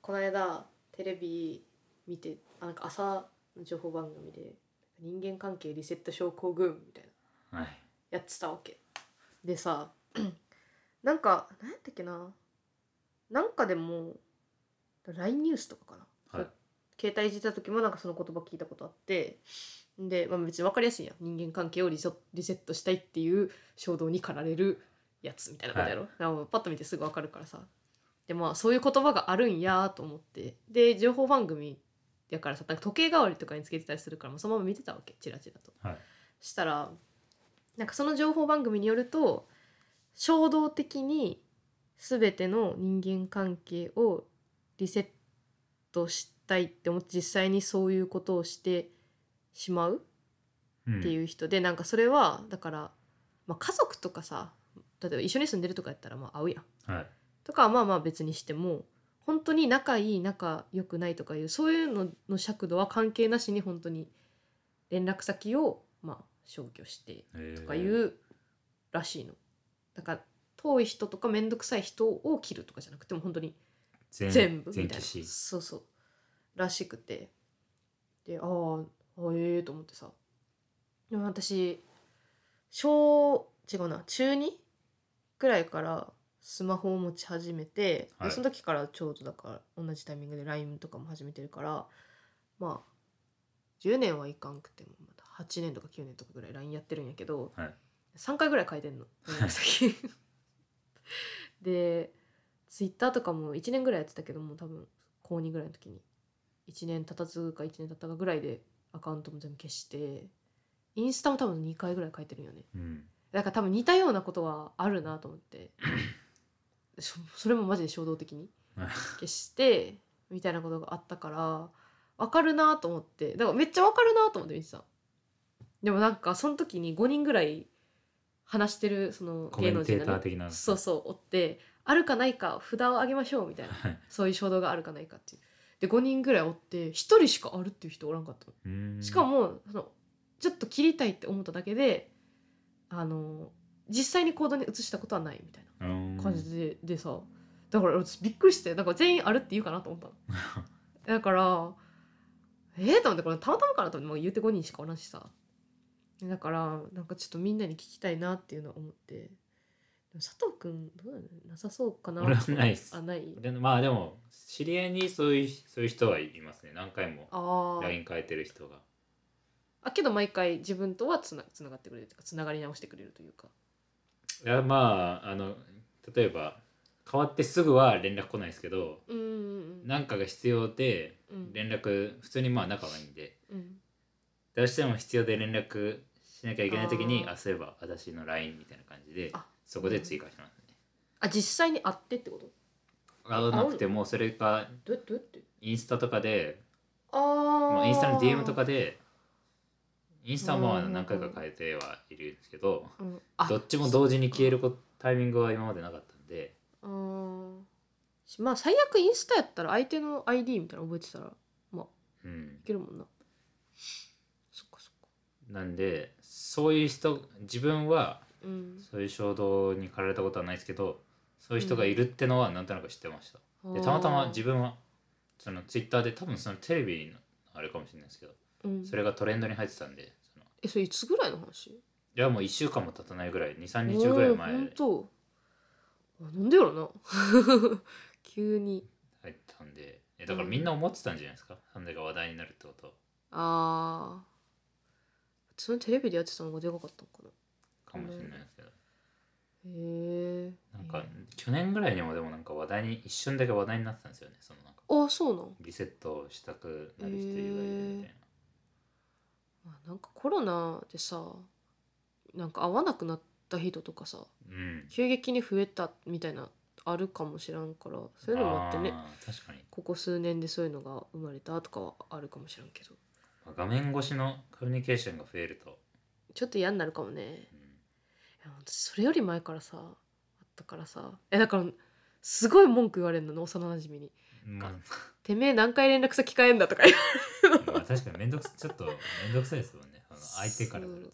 この間テレビ見てあなんか朝の情報番組で人間関係リセット症候群みたいなはいやってたわけでさなんか何やったっけななんかでも LINE ニュースとかかなはい携帯いじった時もなんかその言葉聞いたことあってで、まあ、別に分かりやすいやん人間関係をリソリセットしたいっていう衝動に駆られるやつみたいなことやろ、だからもうパッと見てすぐ分かるからさでまあそういう言葉があるんやと思ってで情報番組やからさなんか時計代わりとかにつけてたりするからもうそのまま見てたわけチラチラと。はいしたらなんかその情報番組によると衝動的に全ての人間関係をリセットしたいって思って実際にそういうことをしてしまううんっていう人で、なんかそれはだから、まあ、家族とかさ例えば一緒に住んでるとかやったらまあ会うやんはいとかはまあまあ別にしても本当に仲いい仲良くないとかいうそういうのの尺度は関係なしに本当に連絡先をまあ消去してえーとかいうらしいの。だから遠い人とか面倒くさい人を切るとかじゃなくても本当に全全部み全たい消なしそうそうらしくてであーあーええと思ってさでも私小違うな中2くらいからスマホを持ち始めて、はいでその時からちょうどだから同じタイミングで LINE とかも始めてるからまあ10年はいかんくてもまだ8年とか9年とかぐらい LINE やってるんやけど、はい3回ぐらい変えてん の連絡先 でツイッターとかも1年ぐらいやってたけどもう多分高2ぐらいの時に1年経たずか1年経ったかぐらいでアカウントも全部消してインスタも多分2回ぐらい書いてるんよねうんだから多分似たようなことはあるなと思って そそれもマジで衝動的にはい消してみたいなことがあったから分かるなと思ってだからめっちゃ分かるなと思って見てたでもなんかその時に5人ぐらい話してるそのコメ芸ン能テ人ーがターね的なそうそう追ってあるかないか札を上げましょうみたいなはいそういう衝動があるかないかっていうで5人ぐらい追って1人しかあるっていう人おらんかったのうーんしかもそのちょっと切りたいって思っただけであの実際に行動に移したことはないみたいなうーん感じで,、でさだから私びっくりしてなんか全員あるって言うかなと思 ったのだからえー、と思ってこれたまたまかなと思ってもう言うて5人しかおらんしさだからなんかちょっとみんなに聞きたいなっていうのは思ってでも佐藤君どうなのなさそうかな俺はないっすあないでまあでも知り合いにそういうそういう人はいますね何回もあー LINE 変えてる人があけど毎回自分とはつなつながってくれるというかつながり直してくれるというかいやまああの例えば変わってすぐは連絡来ないですけどうんうん何かが必要でうん連絡普通にまあ仲はいいんでうんどうしても必要で連絡しなきゃいけない時にああーそういえば私の LINE みたいな感じであそこで追加しますね、あ実際に会ってってこと会わなくてもそれかどうやってどうやってインスタとかであまーあインスタの DM とかでインスタはまあうん何回か変えてはいるんですけどうんあどっちも同時に消えるこタイミングは今までなかったんであーしまあ最悪インスタやったら相手の ID みたいなの覚えてたらいうんけるもんなそっかそっかなんでそういう人自分はうんそういう衝動に駆られたことはないですけどそういう人がいるってのはなんとなく知ってました、でたまたま自分はそのツイッターで多分そのテレビのあれかもしれないですけど分、うんそれがトレンドに入ってたんでそのえそれいつぐらいの話いやもう1週間も経たないぐらい23日ぐらいおー前ほにんとあなんでやろな 急に入ったんでえだからみんな思ってたんじゃないですかそれが話題になるってことああそのテレビでやってたのがでかかったのかなかもしれないですけど、へえなんか去年ぐらいにもでもなんか話題に一瞬だけ話題になってたんですよねそのなんかあそうなんリセットしたくなる人以外でみたいな、まあなんかコロナでさなんか会わなくなった人とかさうん急激に増えたみたいなあるかもしらんからそういうのもあってねあー確かにここ数年でそういうのが生まれたとかはあるかもしらんけどまあ画面越しのコミュニケーションが増えると、ちょっと嫌になるかもねうんいや私それより前からさあったからさえだからすごい文句言われるのね幼なじみにまあ、 「てめえ何回連絡先変えんだ」とか言う まあ確かに面倒くさちょっと面倒くさいですもんねあの相手からすると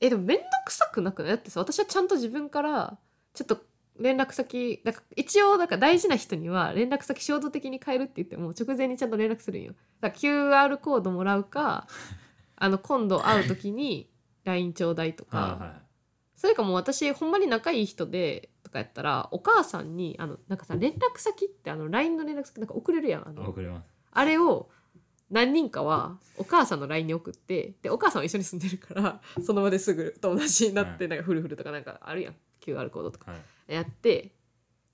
えでも面倒くさくなくないだってさ私はちゃんと自分からちょっと連絡先なんか一応なんか大事な人には連絡先衝動的に変えるって言っても直前にちゃんと連絡するんよだから QR コードもらうか あの今度会う時に LINE ちょうだいとか、はいはいそれかもう私ほんまに仲いい人でとかやったらお母さんにあのなんかさ連絡先ってあの LINE の連絡先なんか送れるやんあの送りますあれを何人かはお母さんの LINE に送ってでお母さんは一緒に住んでるから その場ですぐ友達になってなんかフルフルとかなんかあるやん QR コードとかはいやって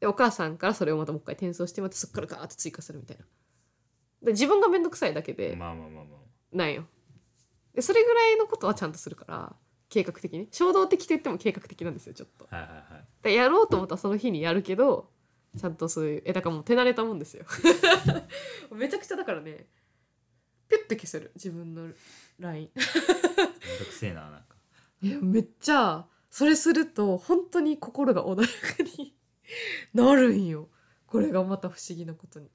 でお母さんからそれをまたもう一回転送してまたそっからガーッと追加するみたいなで自分が面倒くさいだけでまあまあまあまあなんよでそれぐらいのことはちゃんとするから計画的に衝動的と言っても計画的なんですよちょっとはいはいはいでやろうと思ったらその日にやるけどちゃんとそういうえだからもう手慣れたもんですよ めちゃくちゃだからねピュッて消せる自分の LINE めんどくせえななんかいやめっちゃそれすると本当に心が穏やかに なるんよこれがまた不思議なことに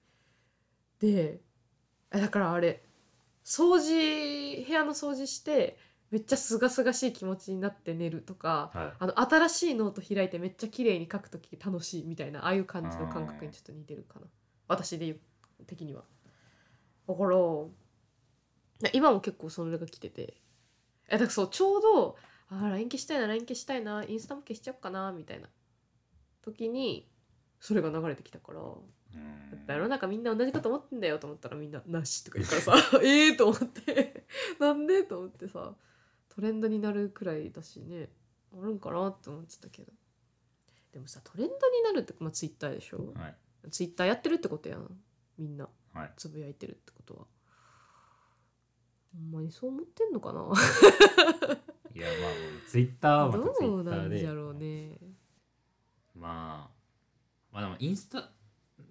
でえだからあれ掃除部屋の掃除してめっちゃ清々しい気持ちになって寝るとかはいあの新しいノート開いてめっちゃ綺麗に書くとき楽しいみたいなああいう感じの感覚にちょっと似てるかな私で言う的にはだからな今も結構それが来ててえだからそうちょうどあー LINE 消したいな LINE 消したいなインスタも消しちゃおうかなみたいな時にそれが流れてきたからうんやっぱ世の中みんな同じこと思ってんだよと思ったらみんな「なし」とか言うからさ 「ええ!」と思って なんでと思ってさトレンドになるくらいだしねあるんかなと思ってたけどでもさトレンドになるって、まあ、ツイッターでしょはいツイッターやってるってことやんみんなはいつぶやいてるってことはほんまにそう思ってんのかないやまあツイッターはまたツ イどうッタなーんでじゃろうねまあまあでもインスタ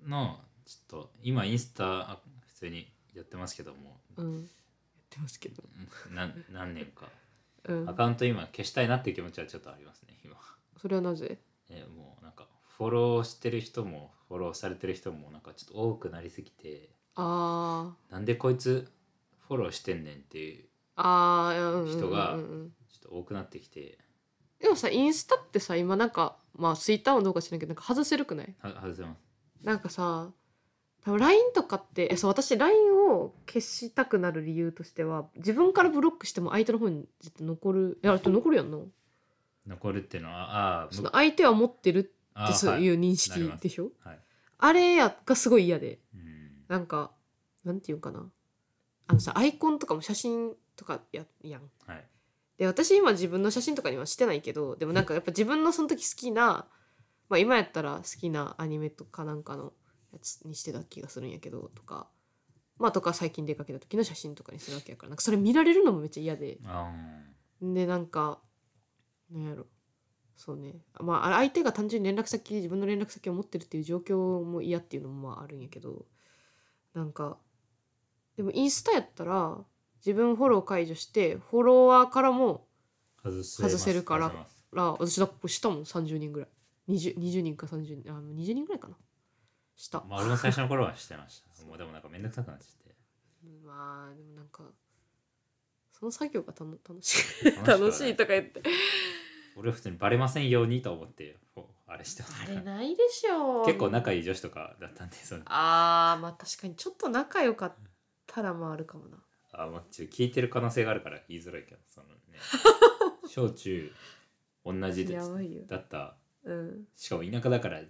のちょっと今インスタあ普通にやってますけどもうんやってますけどな何年かうんアカウント今消したいなっていう気持ちはちょっとありますね今それはなぜえもうなんかフォローしてる人もフォローされてる人もなんかちょっと多くなりすぎてあーなんでこいつフォローしてんねんっていうあーうんうんうんうん人がちょっと多くなってきてでもさインスタってさ今なんかまあツイッターもどうか知らんけどなんか外せるくないは外せますなんかさ多分 LINE とかってえそう私 LINE を消したくなる理由としては自分からブロックしても相手の方にずっと残るいやあれって残るやんな残るっていうのはああそのむ相手は持ってるっあてあそうはいい認うなりま識すでしょはいあれやがすごい嫌でうんなんかなんていうんかなあのさアイコンとかも写真とかややんはいで私今自分の写真とかにはしてないけどでもなんかやっぱ自分のその時好きな、まあ、今やったら好きなアニメとかなんかのやつにしてた気がするんやけどとかまあとか最近出かけた時の写真とかにするわけやからなんかそれ見られるのもめっちゃ嫌であでなんかなんやろそうねまああ相手が単純に連絡先自分の連絡先を持ってるっていう状況も嫌っていうのもまああるんやけどなんかでもインスタやったら自分フォロー解除してフォロワーからもー外せ外せるから外せますら私だっこしたもん30人ぐらい 20, 20人か30人あ20人ぐらいかなしたまあ俺も最初の頃はして ましたもうでもなんかめんどくさくなっちゃまあでもなんかその作業がたの楽しっいて楽しいととか言って俺普通にバレませんようにと思ってこうあれしてまあすれないでしょ結構仲いい女子とかだったんでそのあーまあ確かにちょっと仲良かったらもあるかもなあまあちょ聞いてる可能性があるから言いづらいけどそのね小中同じでやばいよだったうんしかも田舎だからず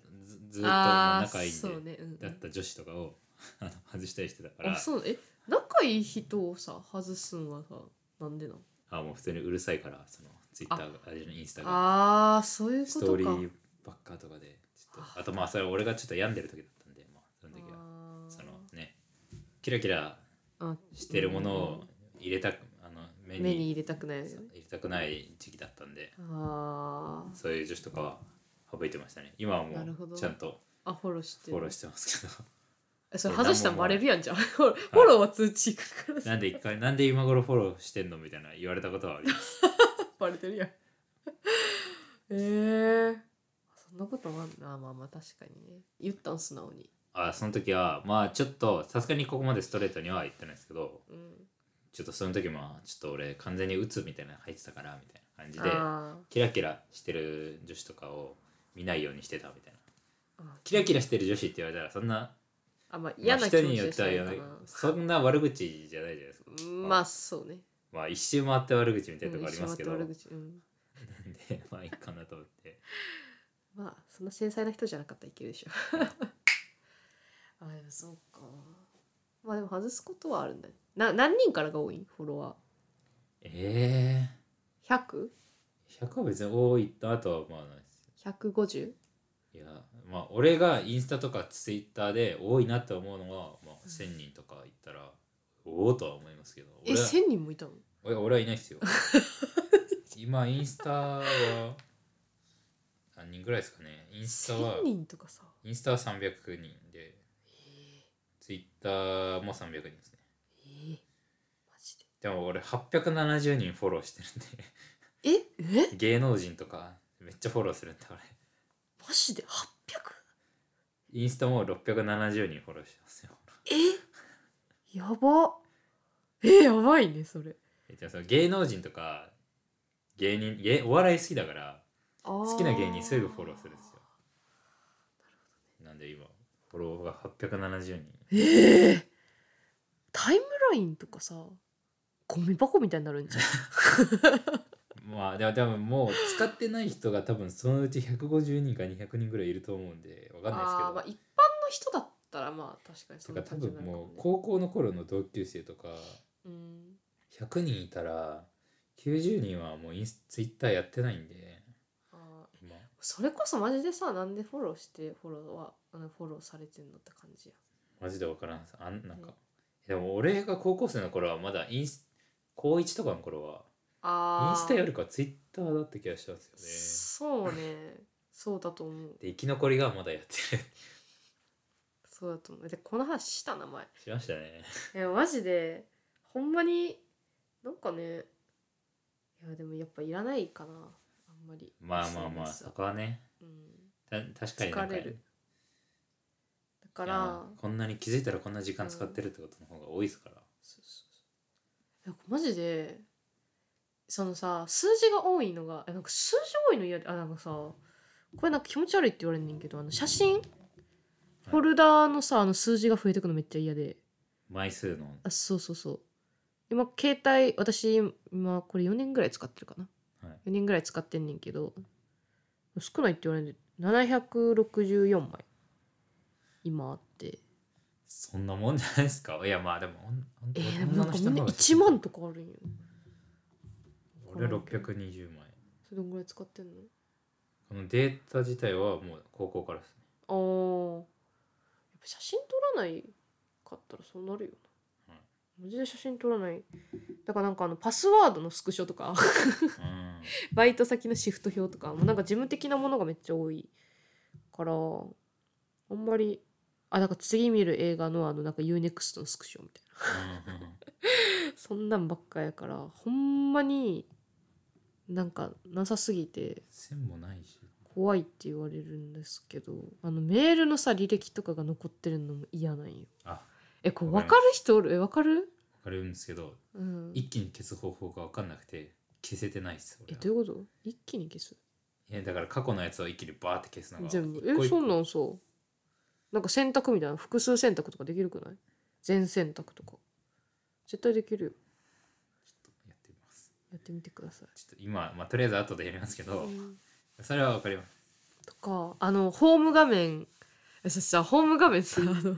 ずっとああ仲いいんでそうねうんだった女子とかを あの外したりしてたからあそうえ仲いい人をさ外すんはさなんでなのあもう普通にうるさいからそのツイッターがあれのインスタがああーそういうこスとトーかリーばっかとかでちょっとあとまあそれ俺がちょっと病んでる時だったんでまあその時はあーそのねキラキラあしてるものを入れたくあの目目にに入れたくないよねそう入れたくない時期だったんであそういう女子とかは省いてましたね今はもなるほどうちゃんとーあフォローしてフォローるしてますけど えそれこれ外したら何もバレるやんじゃんフォローは通知いくからさなんで一回なんで今頃フォローしてんのみたいな言われたことはあります。 バレてるやん えー、そんなこともあんなまあまあ確かにね言ったん素直にあその時はまあちょっとさすがにここまでストレートには言ってないですけどうんちょっとその時もちょっと俺完全に鬱みたいなの入ってたからみたいな感じであキラキラしてる女子とかを見ないようにしてたみたいなあキラキラしてる女子って言われたらそんな、あまあまあ、嫌な気持人にちよっでてすはるのか言わないなそんな悪口じゃないじゃないですかうんまあそうねまあ一周回って悪口みたいなとこありますけどうんな一緒んに待って悪口うん でまあいいかなと思ってまあそんな繊細な人じゃなかったらいけるでしょ あでもそうかまあでも外すことはあるんだねな何人からが多いフォロワえーえ100は別に多いなとは思わないです 100?150? いやまあ俺がインスタとかツイッターで多いなって思うのは、まあ、うん1,000人とかいったらおおとは思いますけどえ俺は1000人もいたの俺俺はいないです よ今インスタは何人ぐらいですかねインスタは1000人とかさインスタは300人でえツイッターも300人ですねー、えー、マジででも俺870人フォローしてるんええで芸能人とかめっちゃフォローするんだ俺マジで 800? インスタも670人フォローしてますよ。えやばえやばいねそれえでもその芸能人とか芸人芸お笑い好きだから好好きな芸人すぐフォローするんですよ。なんで今フォローが870人。ええタイムラインとかさゴミ箱みたいになるんじゃんまあでも多分もう使ってない人が多分そのうち150人か200人ぐらいいると思うんでわかんないですけあどー。まあ一般の人だったらまあ確かにとそんかな多感じにな分るかも、ね、もう高校の頃の同級生とかうん100人いたら90人はもうインスツイッターやってないんで。あーまあそれこそマジでさなんでフォローしてフォローはあのフォローされてんのって感じやマジで分からんあんなんうかん、でも俺が高校生の頃はまだインス高1とかの頃はあインースタよりかツイッターだった気がしたんですそうねそうだと思うよねで生き残りがまだやって るそうだと思うでこの話した名前しましたねいやマジでほんまになんかねいやでもやっぱいらないかなあんまりまあまあまあ SNS そはこはねうんた確かになんか疲れるだかいらやこんなに気づいたらこんな時間使ってるってことの方が多いですから、そうそうそうなんかマジでそのさ数字が多いのがえなんか数字多いの嫌であなんかさこれなんか気持ち悪いって言われんねんけどあの写真フォルダーのさあの数字が増えてくのめっちゃ嫌で枚数のあそうそうそう今携帯私今これ4年ぐらい使ってるかな、はい4年ぐらい使ってんねんけど少ないって言われる764枚今あってそんなもんじゃないですかいやまあでもほんほんとえー、でもな女んのかみん人のな方が1万とかあるんよ俺620枚それどんぐらい使ってんのこのデータ自体はもう高校からですねあーやっぱ写真撮らないかったらそうなるよな、マジで写真撮らないだからなんかあのパスワードのスクショとかうんバイト先のシフト表とかもうなんか事務的なものがめっちゃ多いからあんまりあなんか次見る映画のあのなんか UNEXT のスクショみたいなうんうんそんなんば っかやからほんまになんかなさすぎて線もないし怖いって言われるんですけどあのメールのさ履歴とかが残ってるのも嫌なんよあわえこれわ分かりかる人おるえ分かる、かるんですけどうん、え一気に消す方法が分かんなくて消せてないです俺はどういうこと一気に消すいやだから過去のやつを一気にバーって消すのが全部一個え一個そんなんさなんか選択みたいな複数選択とかできるくない全選択とか絶対できるよやってみますやってみてください、ちょっと今、まあ、とりあえず後でやりますけど、うんそれは分かりますとかあのホーム画面えそしたらホーム画面 さあの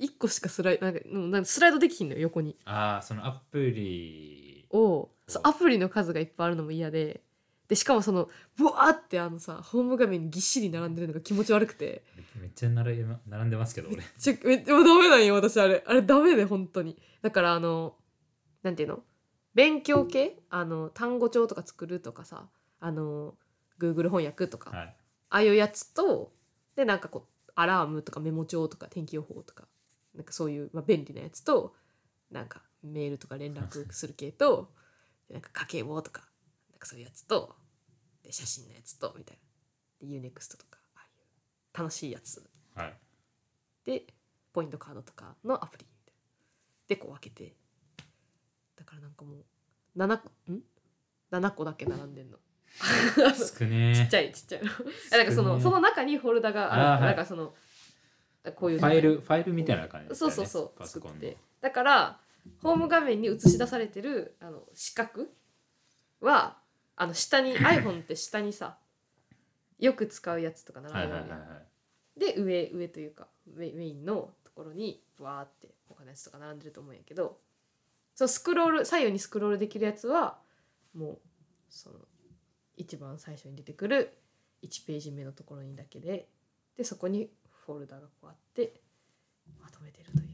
1個しかスライドなんかうんなんかスライドできひんのよ横にああそのアプリをそううんアプリの数がいっぱいあるのも嫌ででしかもそのブワーってあのさホーム画面にぎっしり並んでるのが気持ち悪くてめっちゃ並びま並んでますけど俺ちょめっちゃもうダメなんよ私あれあれダメで本当にだからあのなんていうの勉強系あの単語帳とか作るとかさあの Google 翻訳とか、はいああいうやつとでなんかこうアラームとかメモ帳とか天気予報とかなんかそういう、まあ、便利なやつとなんかメールとか連絡する系となんか家計簿とかなんかそういうやつとで写真のやつとみたいなで UNEXT とかああいう楽しいやつはいでポイントカードとかのアプリみたいなでこう分けてだからなんかもう7個ん7個だけ並んでんの少ねちえっちゃいちっちゃいのあなんかそのその中にフォルダがあるあーはいなんかそのこういうファイルファイルみたいな感じだったそようねそうそうパソ作コっンのてだからホーム画面に映し出されてるあの四角はあの下に iPhone って下にさよく使うやつとかは並いべはいるはいはいで上上というかメメインのところにわーって他のやつとか並んでると思うんやけどそのスクロール左右にスクロールできるやつはもうその一番最初に出てくる1ページ目のところにだけででそこにフォルダがこうあってまとめてるというい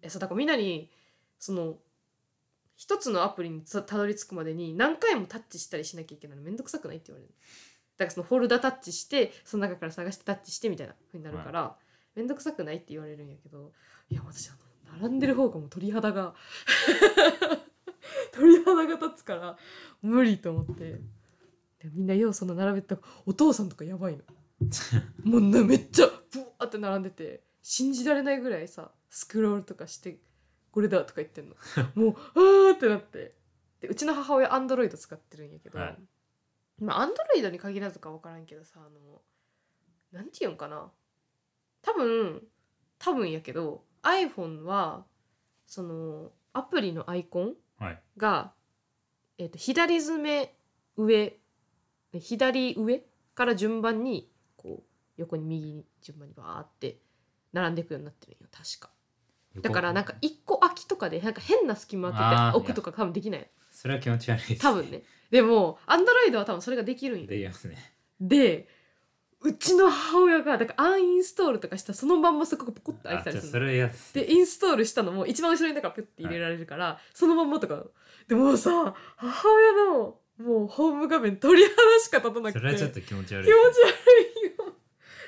やそうだからみんなにその一つのアプリにつたどり着くまでに何回もタッチしたりしなきゃいけないのめんどくさくないって言われるだからそのフォルダタッチしてその中から探してタッチしてみたいな風になるから、めんどくさくないって言われるんやけどいや私あの並んでる方がもう鳥肌が 鳥肌が立つから無理と思ってでみんなようそんな並べてたお父さんとかやばいのもうなめっちゃブワーって並んでて信じられないぐらいさスクロールとかしてこれだとか言ってんのもうあーってなってでうちの母親アンドロイド使ってるんやけど、はいまあアンドロイドに限らずか分からんけどさあのなんて言うんかな多分多分やけど iPhone はそのアプリのアイコンはいが、えっと左詰め上え左上から順番にこう横に右に順番にバーって並んでいくようになってるんよ確かだからなんか一個空きとかでなんか変な隙間空けてあー置くとか多分できないそれは気持ち悪いです多分ねでもアンドロイドは多分それができるんよできますねでうちの母親がだからアンインストールとかしたらそのまんまそこがポコッと開いあてたじりゃあすそるのれは嫌ですでインストールしたのも一番後ろにだからピュッて入れられるから、そのまんまとかでもうさ母親のもうホーム画面鳥肌しか立たなくてそれはちょっと気持ち悪い気持ちですね悪いよ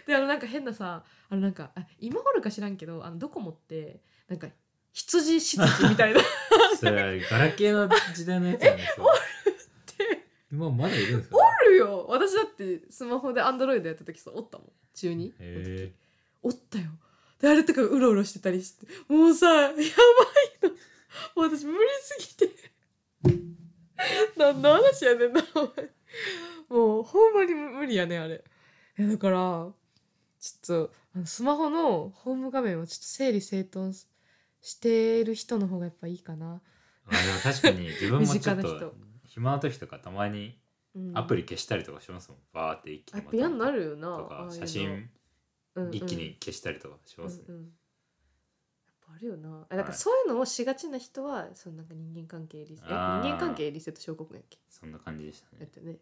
であのなんか変なさあのなんかあ今頃か知らんけどあのドコモってなんか羊執事みたいなそれガラケーの時代のやつなんですよ。今まだいるんですか、あるよ私だってスマホでアンドロイドやった時さおったもん中2の時へえおったよであれとかうろうろしてたりしてもうさやばいのもう私無理すぎて何の話やねんなお前もうほんまに無理やねんあれいやだからちょっとあのスマホのホーム画面をちょっと整理整頓ししてる人の方がやっぱいいかな、あでも確かに自分もちょっ身近な人と暇な時とかたまにうんアプリ消したりとかしますもん。バーって一気やにっぱまとめて嫌になるよなとああいうかの写真うんうん一気に消したりとかしますね。うんうん、やっぱあるよなあだからそういうのをしがちな人は、そのなんか人間関係リセえあー人間関係リセット症候群やっけそんな感じでしただっね。てねな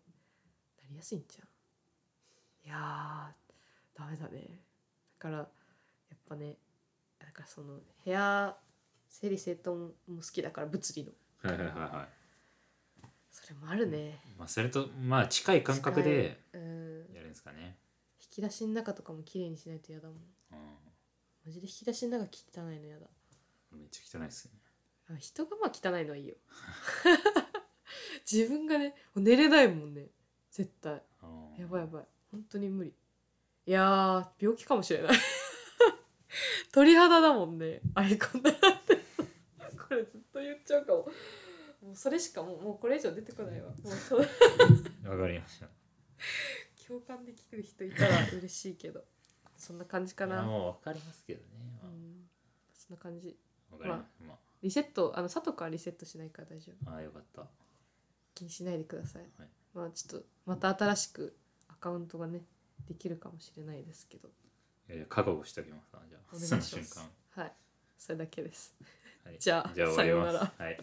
りやすいんじゃんいやーダメだねだからやっぱねだからその部屋整理整頓も好きだから物理のはいはいはいはい。それもあるねまあそれとまあ近い感覚でうんやるんですかね。引き出しの中とかも綺麗にしないと嫌だもんうん。マジで引き出しの中汚いの嫌だめっちゃ汚いですね。あ人がまあ汚いのはいいよ 自分がねもう寝れないもんね絶対うんやばいやばい本当に無理いやー病気かもしれない 鳥肌だもんねアイコンだって これずっと言っちゃうかももうそれしかもうもうこれ以上出てこないわもうそのわかりました。共感できる人いたら嬉しいけどそんな感じかいやな、もうわかりますけどね。うまん、そんな感じあわかります。まリセットあの佐藤君はリセットしないから大丈夫あああよかった。気にしないでください、はいまあちょっとまた新しくアカウントがねできるかもしれないですけどいやいや覚悟しておきますな。じゃおあ願いしそまのす瞬間。はいそれだけですはいじゃあじゃあ終わります。はい。